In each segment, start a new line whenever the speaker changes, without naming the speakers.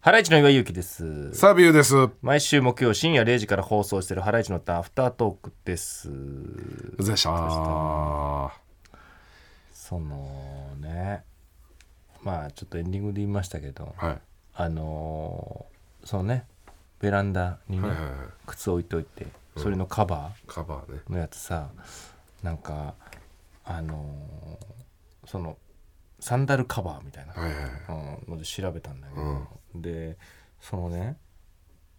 ハライチの岩井ゆきです。
サビューです。
毎週木曜深夜0時から放送しているハライチのターンアフタートークです。
うざいしゃー。
そのね、まあちょっとエンディングで言いましたけど、
はい。
あのーそのね、ベランダにね、
はいはいはい。
靴置いといて、それのカバ
カバーね。
ーのやつさ、なんか、あのーその、サンダルカバーみたいな。
はいはいはい。
うんので調べたんだけど、
う
でそのね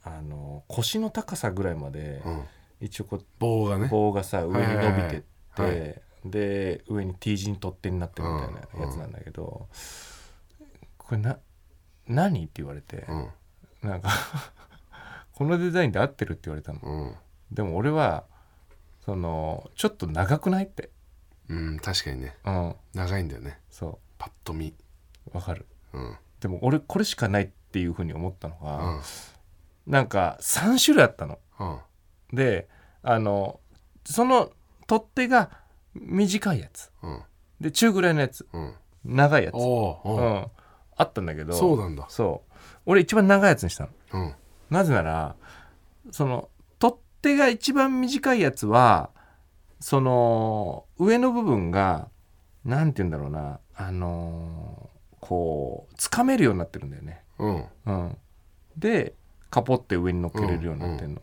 あの腰の高さぐらいまで、
うん。
一応こう
棒がね。
棒がさ上に伸びてって、
はいはいはいは
で上に T 字に取っ手になってるみたいなやつなんだけど、これな何って言われて
う、ん。
なんかこのデザインで合ってるって言われたの、
うん。
でも俺はそのちょっと長くないって
うん、確かにね。
うん
長いんだよね。
そ
パッと見。
うわかる
うん。
でも俺これしかないっていうふうに思ったの
う
が、
ん。
なんか3種類あったの。
うん。
であのその取っ手が短いやつ
うん。
で中ぐらいのやつ
うん。
長いやつ、う
おお。うん。
ん、あったんだけど
そうなんだ。
そう俺一番長いやつにしたの。
うん。
なぜならその取っ手が一番短いやつはその上の部分がなんて言うんだろうなあのこう掴めるようになってるんだよね。
うん。
うん、でカポって上に乗っけれるようになってんの、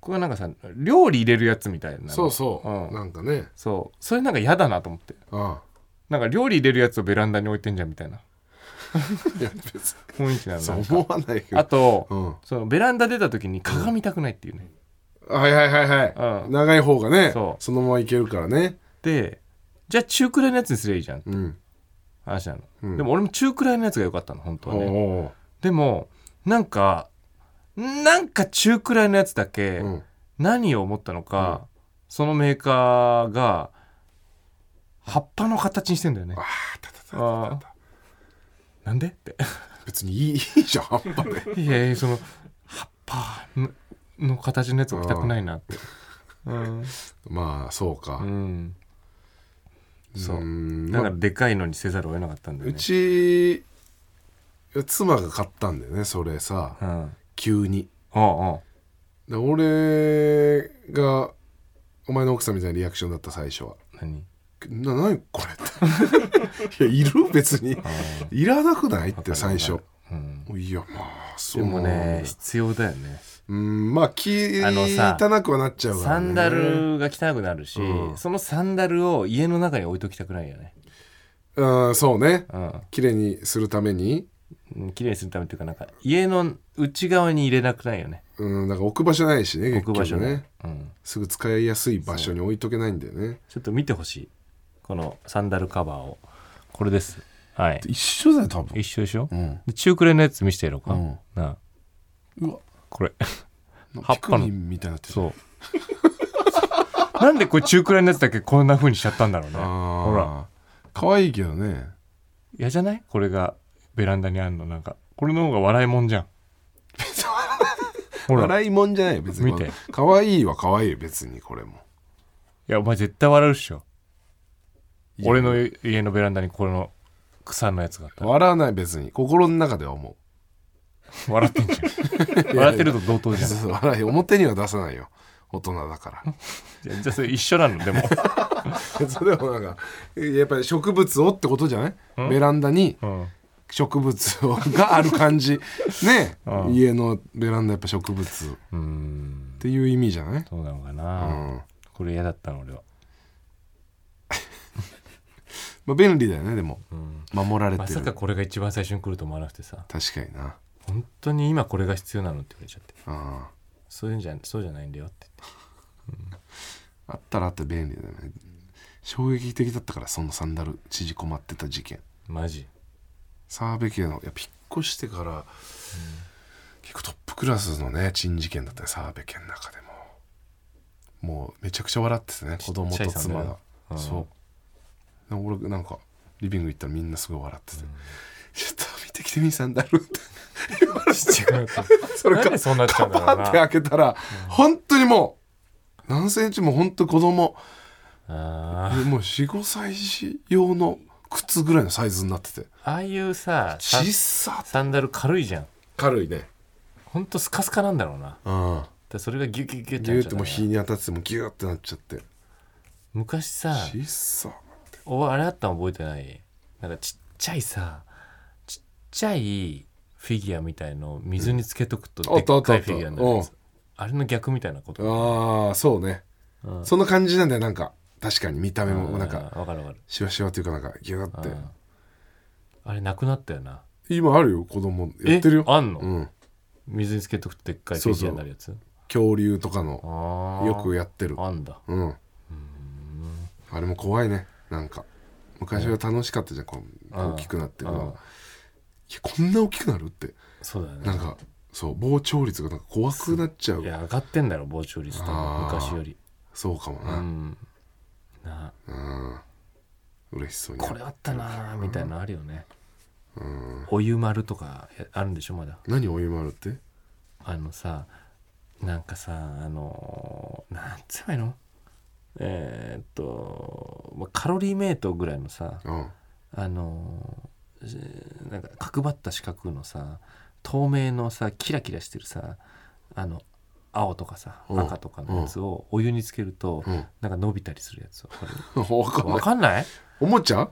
これなんかさ料理入れるやつみたいなの
そうそうう。
ん、
なんかね。
そうそれなんか嫌だなと思って
うん。
なんか料理入れるやつをベランダに置いてんじゃんみたいない
や、別
雰囲気な
に。そう
の
思わないけ
あと、
ど。うん。
そのベランダ出た時に鏡見たくないっていうね、
はいはいはいは
う
い。
ん
長い方がね。
そ
そうのままいけるからね。
でじゃあ中くらいのやつにすりゃいいじゃん
うん。
話なの、
うん
でも俺も中くらいのやつが良かったの本当
お
はね
お。
でもなんかなんか中くらいのやつだけ、
うん。
何を思ったのか、そのメーカーが葉っぱの形にしてんだよね
あ。あ、たたた
あーなんでって。
別にいいいいじゃん、葉っぱね。
いやいやその葉っぱのの形のやつ置きたくないなって。うん、
まあ、そうか。
うん、そう
ーん
だ
ま
か
あ
らでかいのにせざるを得なかったんだよ
う
ね。
ち妻が買ったんだよねそれさ
うん、おう
急に
おう
で俺がお前の奥さんみたいなリアクションだった最初は
何
「な何これ」 っていやいる別にいらなくないって最初
うん、
いやまあそ
で
う
もね必要だよね。
うんまあ気
あのさ
汚くはなっちゃうから、
サ
ね、
ンダルが汚くなるし、
うん
そのサンダルを家の中に置いときたくないよね。
うんそうね
うん
綺麗にするために
うん綺麗にするためっていうかなんか家の内側に入れなくないよね
うんだから置く場所ないしね結
置く
局
場所ね
ね
うん、
すぐ使いやすい場所に置いとけないんだよね
ちょっと見てほしいこのサンダルカバーをこれですはい
一緒だよ多分
一緒でしょ
うん
で中くらいのやつ見せてやろうか、
うん
なあ
うわ
これ葉
葉
っ
っ
ぱ
ぱ
の
みたいになってる
そう なんでこれ中くらいのやつだけこんな風にしちゃったんだろうね
あ
ほら
かわいいけどね
嫌じゃないこれがベランダにあるのなんかこれの方が笑いもんじゃんほらい
笑いもんじゃないよ別に
見て
かわいいはかわいいよ別にこれも
やお前絶対笑うっしょ
いや
俺の家のベランダにこの草のやつがあったら
笑わない別に心の中では思
笑ってんじゃん笑ってると同等
う
じゃん
そう笑い表には出さないよ大人だから
じゃあじゃあそれ一緒なのでも、
それはなんかやっぱり植物をってことじゃないベランダに
うん、
植物をがある感じね
うん
家のベランダやっぱ植物っ
うん
ていう意味じゃない
そうなのか
う
な、
ん
これ嫌だったの俺は、
まあ便利だよねでも
うん、
守られ
ま
て
さ
る
かこれが一番最初に来ると思わなくてさ
確かにな
本当に今これが必要なのって言われちゃって
あ
そういうんじゃそうじゃないんだよって
ああったらあったら便利だよね衝撃的だったからそのサンダル縮こまってた事
言
件
ってマジ
澤部家のやっぱ引っ越してから、結構トップクラスのね珍事件だったね澤部家の中でももうめちゃくちゃ笑っててね
ち
子供と妻が、
うん
そう俺なんかリビング行ったらみんなすごい笑ってて「 ちょっと見てきてみサンダル」って
ちっちゃくなっ
それ
なん
か
でそうなっちゃう
カ
んだろう
パ
な
ンって開けたら、本当にもう何センチも本当子供
たあー
でもう45歳児用の靴ぐらいのサイズになってて
ああいうさサン
小さ
サンダル軽いじゃん
軽いね
ほんとスカスカなんだろうな
うん
でそれがギュギュギュって
ギ
な
ュ
っ
ー
ちゃ
って
う
も
ん
う
だ
日
ね
に当たってもギューってなっちゃって
昔さ
ちっさ
おあれあったの覚えてないなんかちっちゃいさちっちゃいフィギュアみたいのを水につけとくと
うん
でっか
あったあ
い
ったあっ
フ
た
ィギュアになるやつ、あれの逆みたいなこと
ああそうね
うん
そんな感じなんだよなんか確かに見た目もなんか
わかるわかる
シワシワというかなんかギューっ
う
て
んあれなくなったよな
今あるよ子供やってるよ
えあんの、
うん
水につけとくとでっかいフィギュアになるやつ
恐竜とかの
ああ
よくやってる
あんだ
うんあれも怖いねなんか昔は楽しかったじゃんこう
うん
大きくなって
うん
いやこんな大きくなるって
そうだよね
なんかそう膨張率がなんか怖くなっちゃ
いうや上がってんだろ膨張率と
あー
昔より
そうかも
う
なん
な
うん嬉しそうに
これあったなーみたいなのあるよねお湯丸とかやあるんでしょまだ
何お湯もあるって
あのさなんかさあのーなんつうばいいのえーっとまあカロリーメイトぐらいのさ
うん
あのーなんか角張った四角のさ透明のさキラキラしてるさあの青とかさ
うん
赤とかのやつをお湯につけると
うん
なんか伸びたりするや つわかる
分かんな
わ
い
かんない
おもちゃ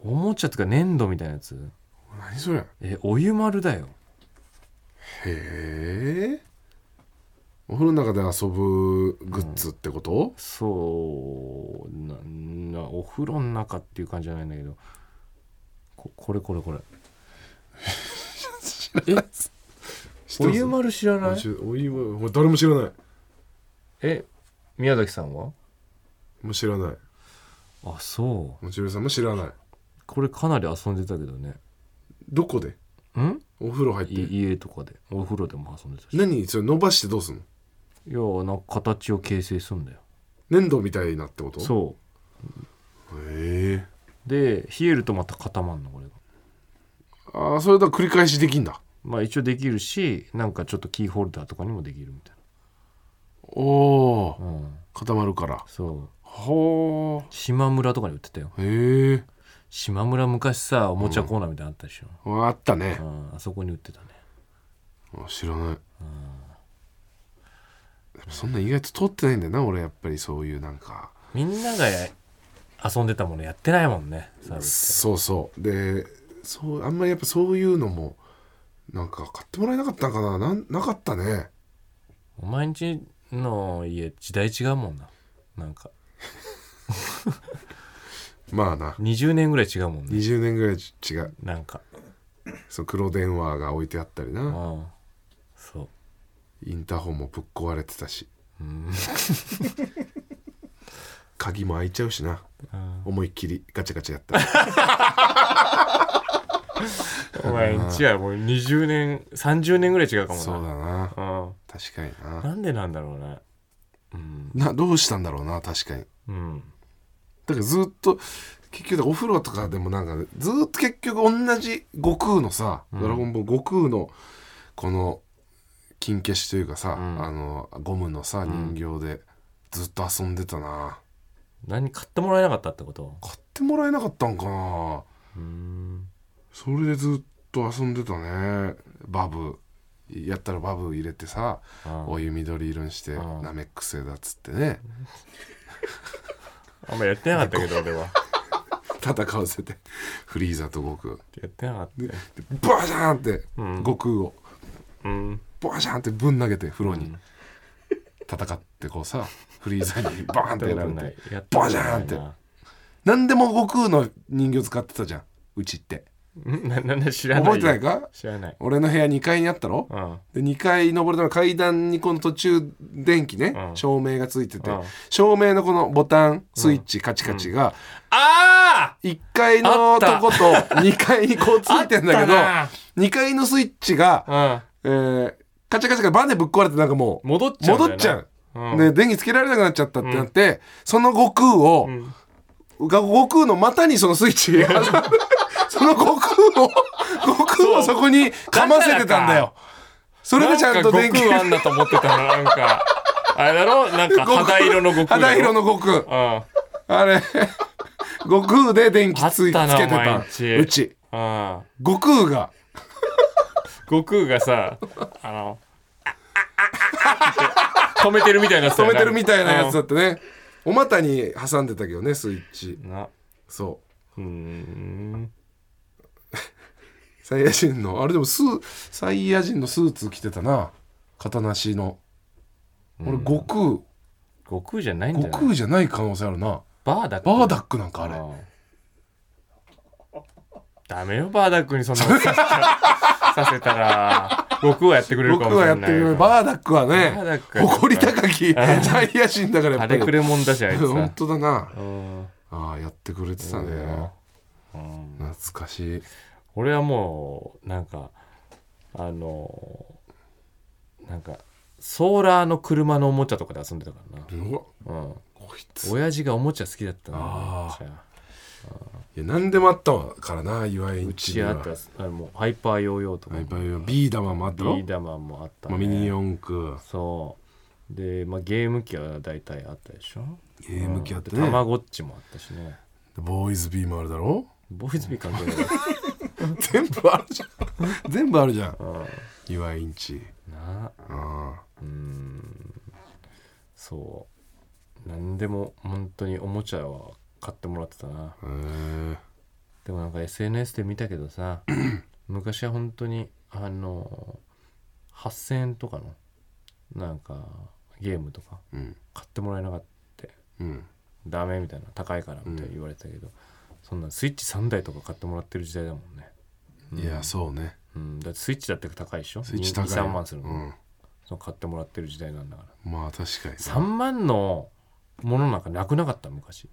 おもちゃとか粘土みたいなやつ
何それへ
えお湯丸だよ
えお風呂の中で遊ぶグッズってこと、
そうななお風呂の中っていう感じじゃないんだけどここれこれこれ え
知って
お
ます
湯丸知らない
お湯はもう誰も知らない
え宮崎さんは
もう知らない
あそう
もちろんさんも知らない
これかなり遊んでたけどね
どこで
ん
お風呂入っ
い
て
家とかでお風呂でも遊んでたしい
何それ伸ばしてどうすんの
やなんか形を形成するんだよ
粘土みたいなってことう
そ
へえ
うで冷えるとまた固まんのこれが
ああそれだ繰り返しできんだ
まあ一応できるしなんかちょっとキーホルダーとかにもできるみたい
おお
なうん
固まるから
そう
ほ
島村とかに売ってたよ
ーへえ
島村昔さおもちゃコーナーみたいなのあったでしょ、
あったね
う、んあそこに売ってたね
あ知らない、やっぱそんな意外と通ってないんだよな俺やっぱりそういうなんか
みんながや遊んでたものやってないもんねサービス
そうそうでそうあんまりやっぱそういうのもなんか買ってもらえなかったんかななんなかったね
お前んちの家時代違うもんななんか
まあな
20年ぐらい違うもんね
20年ぐらい違う
なんか
その黒電話が置いてあったり
う
なん
そう
インターホンもぶっ壊れてたし
うん
鍵も開いちゃうしな
うん
思いっきりガチャガチャやったら
お前んちはもう20年30年ぐらい違うかもな
そうだな
うん
確かにな
なんでなんだろうねうん
などうしたんだろうな確かに
うん
だからずっと結局お風呂とかでもなんかずっと結局同じ悟空のさ「
うん
ドラゴンボール」悟空のこの金消しというかさ、
うん
あのゴムのさ
ん
人形でずっと遊んでたな、
何買ってもらえなかったってこと
買ってもらえなかったんかな
うん
それでずっと遊んでたねバブやったらバブ入れてさ
あ
お湯緑色にして
うん
ナメック星だっつってね
あんまやってなかったけど俺は
戦わせて フリーザと悟空
やってなかったよ
でバシャーンって
うん
悟空を。
うん
ボシャンってぶん投げて風呂
う
に
ん
戦ってこうさフリーザ にバーンってやられて
やっ
バシャーンって何でも悟空の人形使ってたじゃんうちって
んななな知らないよ
覚えてないか
知らない
俺の部屋2階にあったろ
うん
で2階登るための階段にこの途中電気ね
うん
照明がついてて
うん
照明のこのボタンスイッチカチカチが
あ
1階
あ
の
った
とこと2階にこうつ
あ
いてんだけど2階のスイッチが
うん
えーカチャカチャがバネぶっ壊れてなんかもう
戻っちゃうんだよな
戻っちゃう
うん
で電気つけられなくなっちゃったってなって、その悟空を、
ん
が悟空の股にそのスイッ チがその悟空を悟空をそこにかませてたんだよそれでちゃんと電気
なんか悟空あんだと思ってたのなんかあれだろなんか
悟空
肌色の悟空だろ
肌色の悟空
うんうん
あれ悟空で電気ついつ
あったな
けて
お前
た
んち
うち
悟
悟空が
悟空がさあの止めてるみたいな
止めてるみたいなやつだってねお股に挟んでたけどねスイッチ
な
そう
ーん
サイヤ人のあれでもスーサイヤ人のスーツ着てたな型なしの俺
うん
悟空、
悟空じゃないんだ
悟
よ
空じゃない可能性あるな
バーダック
バーダックなんかあれ
うんダメよバーダックにそんなことさせた らさせたら悟空はやってくれる
僕
かもし
は
れな
や
い
ってくれるバーダックは
バー
ね
ダックは
誇り 高きサイヤ人だからや
あ
っぱ
れ
り
くれもんだしあいつ
本
さ
当だな
うん
ああやってくれてた
そうだ
ね
ようん
懐かしい
俺はもうなんかあのなんかソーラーの車のおもちゃとかで遊んでたからな、
うわ
うん、
こいつい
親父がおもちゃ好きだったな
あや何でもあったからな岩井ん
う
ちに
ちあ
は
ったあのもうハイパーヨーヨーとか
は
も
いバイオビー玉もあったろ
ビー玉もあった、
まあ、ミニ四駆
そうで、まあ、ゲーム機は大体あったでしょ
ゲーム機あって
うん
ね
でたまごっちもあったしね
ボーイズビーもあるだろ
ボーイズビー関係 ない
全部あるじゃん全部あるじゃん
うん
岩井んち
なあ
あ
うーんそう何でも本当におもちゃは買ってもらってたな
あへえ
でもなんか SNS で見たけど さ昔は本当にあの8,000円とかのなんかゲームとか
うん
買ってもらえなかった
うん
ダメみたいな高いからみたいな言われてたけど、そんなスイッチ3台とか買ってもらってる時代だもんね、うん
いやそうね
うん、だってスイッチだって高いでしょ
スイッチ高い
23万する
う
の、
ん
その買ってもらってる時代なんだから
まあ確かに
3万のものなんかなくなかった昔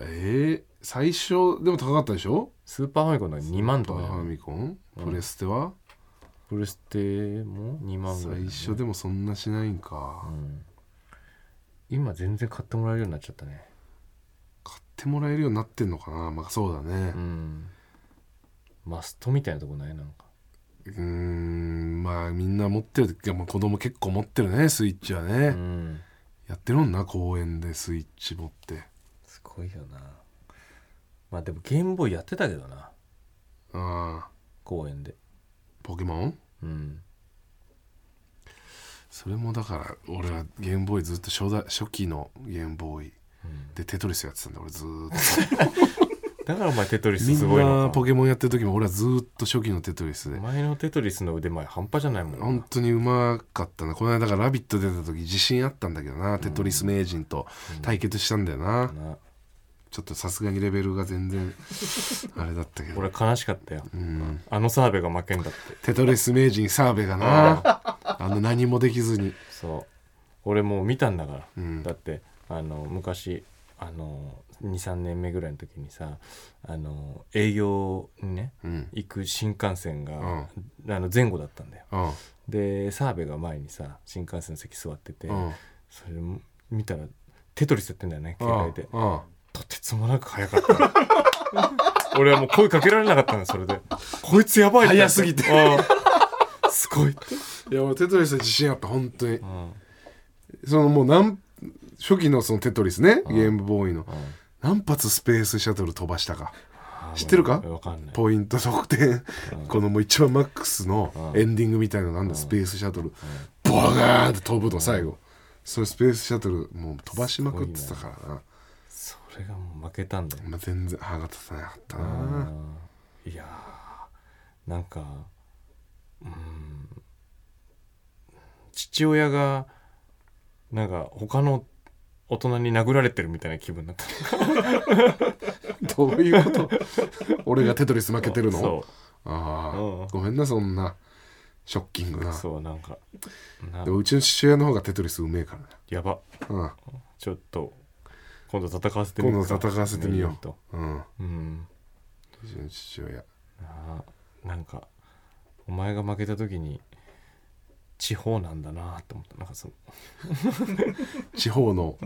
ええ最初でも高かったでしょ
スーパーファミコンの2万
パ
と
ー
かじゃ
ファ
ん
ミコンプレステは
プレステも2万ぐらいだよ
最
ね、
初でもそんなしないん
う
か
ん、今全然買ってもらえるようになっちゃったね
買ってもらえるようになってんのかなまあそうだね
うんマストみたいなとこないなんか
うーんまあみんな持ってるいやまあ子供結構持ってるねスイッチは
う
ね
ん
やってるもんな公園でスイッチ持って
すごいよなまあでもゲームボーイやってたけどな
ああ
公園で
ポケモン
うん
それもだから俺はゲームボーイずっと初代初期のゲームボーイでテトリスやってたんだ俺ずーっと
だからお前テトリス
み
すご
ん
い
な
のか
ポケモンやってる時も俺はずーっと初期のテトリス
お
で
前のテトリスの腕前半端じゃないもん
本
な
当にうまかったなこの間だから「ラビット!」出た時自信あったんだけどなテトリス名人と対決したんだよな
な
ちょっとさすがにレベルが 全然あれだったけど
俺悲しかったよ
うん
あの澤部が負けんだって
テトリス名人澤部 がなあの何もできずに
そう俺もう見たんだから、
うん
だってあの昔あの23年目ぐらいの時にさあの営業にね
うん
行く新幹線が、あの前後だったんだよ
うん
で澤部が前にさ新幹線の席座ってて、
うん
それ見たらテトリスやってんだよね携帯で
うん
とてつもなく早かったの 俺はもう声かけられなかったのそれでこいつやばいって
早すぎて
うんすごいって、
いや俺テトリスは自信あった本当に
うんうん
そのもう何初期のそのテトリスねゲームボーイの何発スペースシャトル飛ばしたか知ってるか
わかんない
ポイント得点
うん
このもう一番マックスの
うん
エンディングみたいななんだスペースシャトルボガーンって飛ぶの最後それスペースシャトルもう飛ばしまくってたからな
それがもう負けたんだよ、
まあ全然歯が立たなかった
あ
な
ーいやーなんかうん父親がなんか他の大人に殴られてるみたいな気分になった
どういうこと俺がテトリス負けてるの
そ
あ
うん
あごめんなそんなショッキング
う
な
そうなんかな
でもうちの父親の方がテトリスうめえからね
やば
うん
ちょっと今度戦わせてみようか
今度戦わせてみよう
メインと
うん
うん
うちの父親
なあなんかお前が負けた時に地方なんだなと思ったなんかその
地方の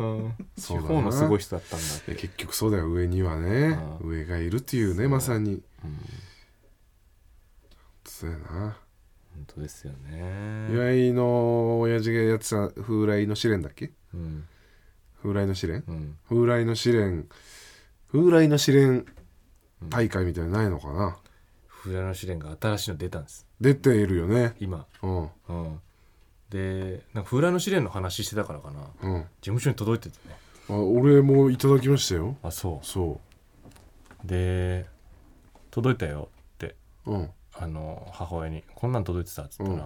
地
そうだな
方のすごい人だったんだって
え結局そうだよ上にはね
う
上がいるっていうねまさに
うん
そうやな
本当ですよね、
岩井の親父がやってた風来の試練だっけ
うん
風来の試練
うん、
風来の試練風来の試練大会みたいなのないのかな、
冬の試練が新しいの出たんです
出ているよね
今、
うん
うん、でなんか冬の試練の話してたからかな事
うん
務所に届いててね
あ俺もいただきましたよ
あそ
そう
で届いたよって
ううん
あの母親に「こんなん届いてた」っつったら、
うん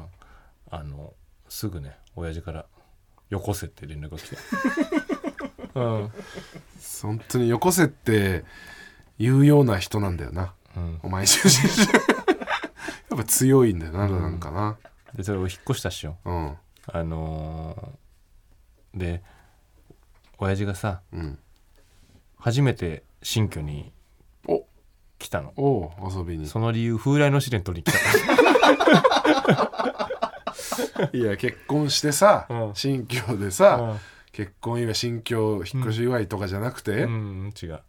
あのすぐね親父から「よこせ」って連絡が来 て、うん
本当によこせって言うような人なんだよな
うん、
お前 やっぱ強いんだよな、なんかな
でそれを引っ越したっしよ
うん
あのーで親父がさ
うん
初めて新居に
お
来たの
おう遊びに
その理由風来の試練取りに来た
いや結婚してさ、
うん
新居でさ、
うん
結婚祝い新居引っ越し祝いとかじゃなく て、
うん違う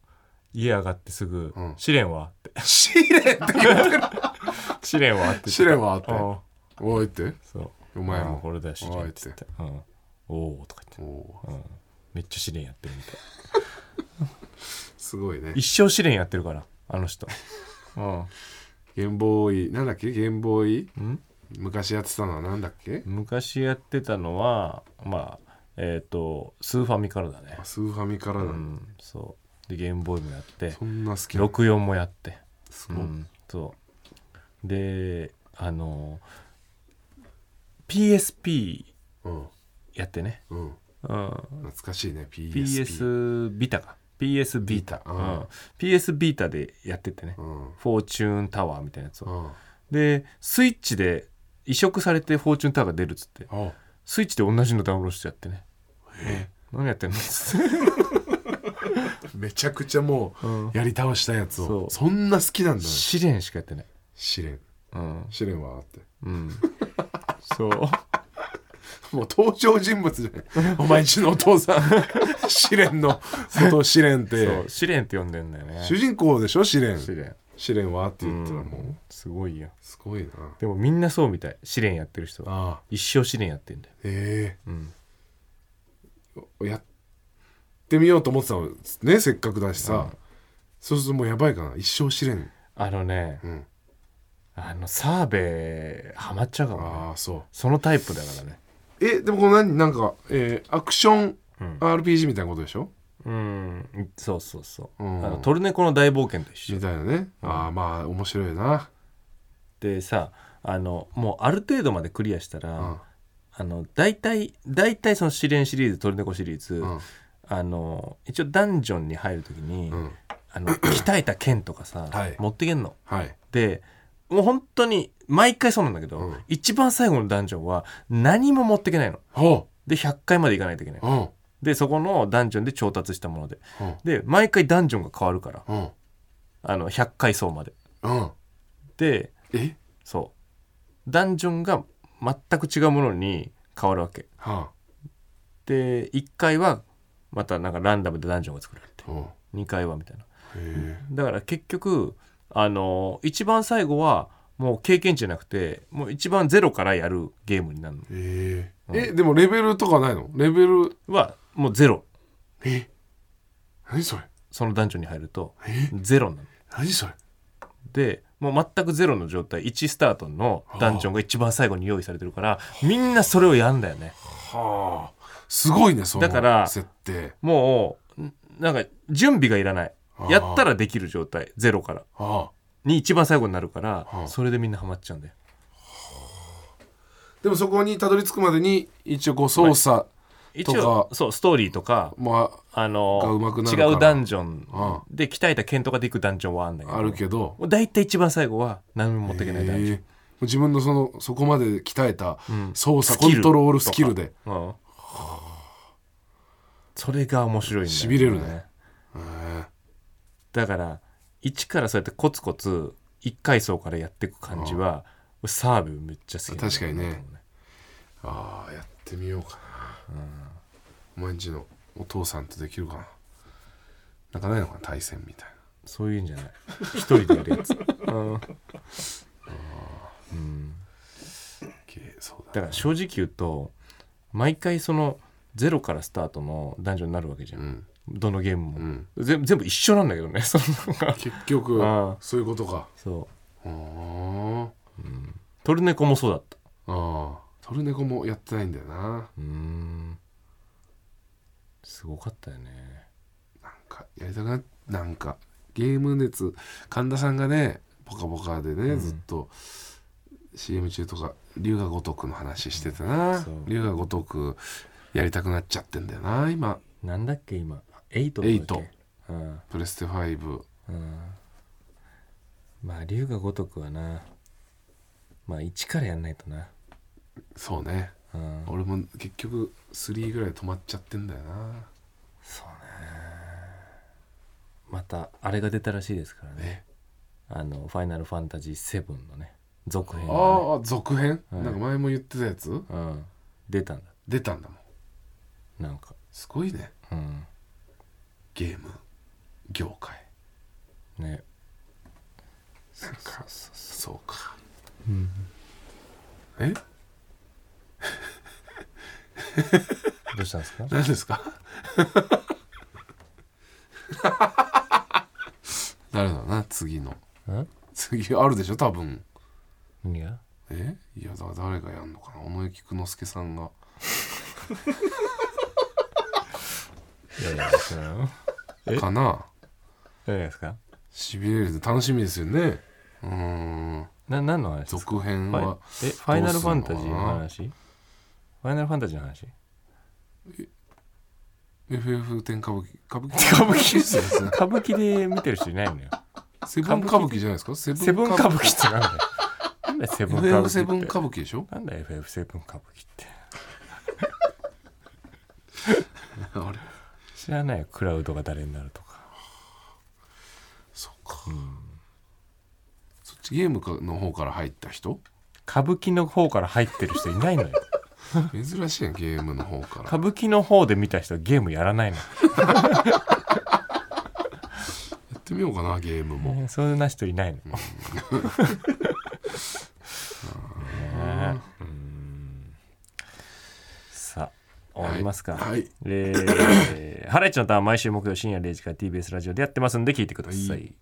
家上がってすぐ「
うん
試練は?」って
試練って言ってる
「 試練は?」って
試練はあって
あ
おいって
そう
お前
あ
も
これだよ試練って言って「うん、おお」とか言って
おおう
うんめっちゃ試練やってるみたい
すごいね
一生試練やってるからあの人うん
ゲームボーイなんだっけゲームボーイ
ん
昔やってたのはなんだっけ
昔やってたのはまあえっ、とスーファミからだね
あスーファミから
う、
なんんだ
そうでゲームボーイもやって
そんな好きなの
64もやって
す
う
ごい
んそうであの PSP
うん
やってね、
うん
うん、
懐かしいね PSP
PS ビタか PS ビータ、う
う
んん、PS ビータでやっててね、
うん
フォーチューンタワーみたいなやつを
うん
でスイッチで移植されてフォーチュンタワーが出るっつって
あ
スイッチで同じのダウンロードしてやってね
え
何やってんのっつって、
めちゃくちゃも
うん
うやり倒したやつを
そ
そんな好きなんだね
試練しかやってない
試練
うん、
試練はあって
うん、そう
もう登場人物じゃないお前んちのお父 さん試練のことを試練っ
そ
て
う試練って呼んでんだよね
主人公でしょ試練
試練
試練はって言ったらも
う
うん
すごいよ
すごいな
でもみんなそうみたい試練やってる人は
ああ
一生試練やってんだよ、
え
うん、
えやってみようと思ってたのねせっかくだしさ
うん
そうするともうやばいかな一生試練
あのね
うん
あの澤部ハマっちゃうかも、ね、
ああそ
そのタイプだからね
うえでもこの何なんかえーアクション
うん、
RPG みたいなことでしょ
うん、そうそうそう、
うん
あのトルネコの大冒険と一緒
みたいなねああまあ面白いな
でさあのもうある程度までクリアしたら、
うん
あの大体大体その試練シリーズトルネコシリーズ、
うん
あの一応ダンジョンに入る時に、
うん
あの 鍛えた剣とかさ、
はい
持ってけんの。
はい
でもう本当に毎回そうなんだけど、
うん
一番最後のダンジョンは何も持ってけないの。
ほ。
で100回まで行かないといけないう
うん
でそこのダンジョンで調達したもので。
うん
で毎回ダンジョンが変わるから
うん
あの100回層まで。
うん
で
え
そうダンジョンが全く違うものに変わるわけ
は
で1回はまたなんかランダムでダンジョンが作られて
あうんへ
2回はみたいな
え
だから結局あの一番最後はもう経験値じゃなくてもう一番ゼロからやるゲームになる
えーえでもレベルとかないのレベル
のはもうゼロ
え何それ
そのダンジョンに入ると
え
ゼロなの
何それ
でもう全くゼロの状態1スタートのダンジョンが一番最後に用意されてるからみんなそれをやんだよね
はあすごいねその
だから
設定
もうんなんか準備がいらない
あー
やったらできる状態ゼロから
ああ
に一番最後になるから、
うん
それでみんなハマっちゃうんだよ
でもそこにたどり着くまでに一応こう操作
一応
と
そうストーリーとか
も
あ
が上
の
手くなるから
違うダンジョン
うん
で鍛えた剣とかで行くダンジョンはあんだけど
あるけど
もう大体一番最後は何も持っていけないダンジョ
ええ自分のそのそこまで鍛えた
ん
操作
スキ
コ
ル
ントロールスキルで
ン、うんそれが面白いんだよね
痺れるねへ
だから一からそうやってコツコツ一階層からやっていく感じは、俺サーブめっちゃ好きなんだよ
確かにねああやってみようかなお前んちのお父さんとできるかななんかないのかな対戦みたいな
そういうんじゃない一人でやるやつ、うんうん
けそうだ
だから正直言うと毎回そのゼロからスタートの男女になるわけじゃん、
うん
どのゲームも、
うん
ぜ全部一緒なんだけどねその
結局
ああ
そういうことか
そ
へうーん
トルネコもそうだった
ああトルネコもやってないんだよな
うんすごかったよね
なんかやりたくななんかゲーム熱神田さんがね「ぽかぽか」でね、
うん
ずっと CM 中とか龍が如くの話しててな
そう
龍が如くやりたくなっちゃってんだよな今
なんだっけ今8だっけ
エイト
うん
プレステ5
うんまあ龍が如くはなまあ1からやんないとな
そうね
うん
俺も結局3ぐらいで止まっちゃってんだよな
そうねまたあれが出たらしいですからね
え
あの「ファイナルファンタジー7」のね続編が、ね
ああ続編、
はい
なんか前も言ってたやつ
うん、出たんだ
出たんだもん
なんか
すごいね
うん
ゲーム業界
ね
なんかそうか
うん
え
どうしたんですか
何で すか誰だろうな次の
うん
次あるでしょ多分
何が
えいやだから誰がやんのかな尾上菊之助さんが
いやいやですかえ
かな
何がですか
しびれる楽しみですよねうーん
な何の話ですか
続編
ファイ
は
えファイナルファンタジーの話ファイナルファンタジーの話
FF10 歌舞伎歌舞伎歌舞伎ですよね
歌舞伎で見てる人いない のよ
セブン歌舞伎じゃないですかセ
セブン歌舞伎ってなんだよなんだよ セブン歌舞
FF セブン
伎って
歌舞伎でしょ
なんだよ FF7 歌舞伎って
あれ
知らないよクラウドが誰になるとか
そうか、そっちゲームかの方から入った人
歌舞伎の方から入ってる人いないのよ
珍しいやんゲームの方から
歌舞伎の方で見た人はゲームやらないの
やってみようかなゲームも、
ねそんな人いないのねえうんさあ終わりますか、
はいはい
えーハライチのターン毎週木曜深夜0時から TBS ラジオでやってますんで聞いてください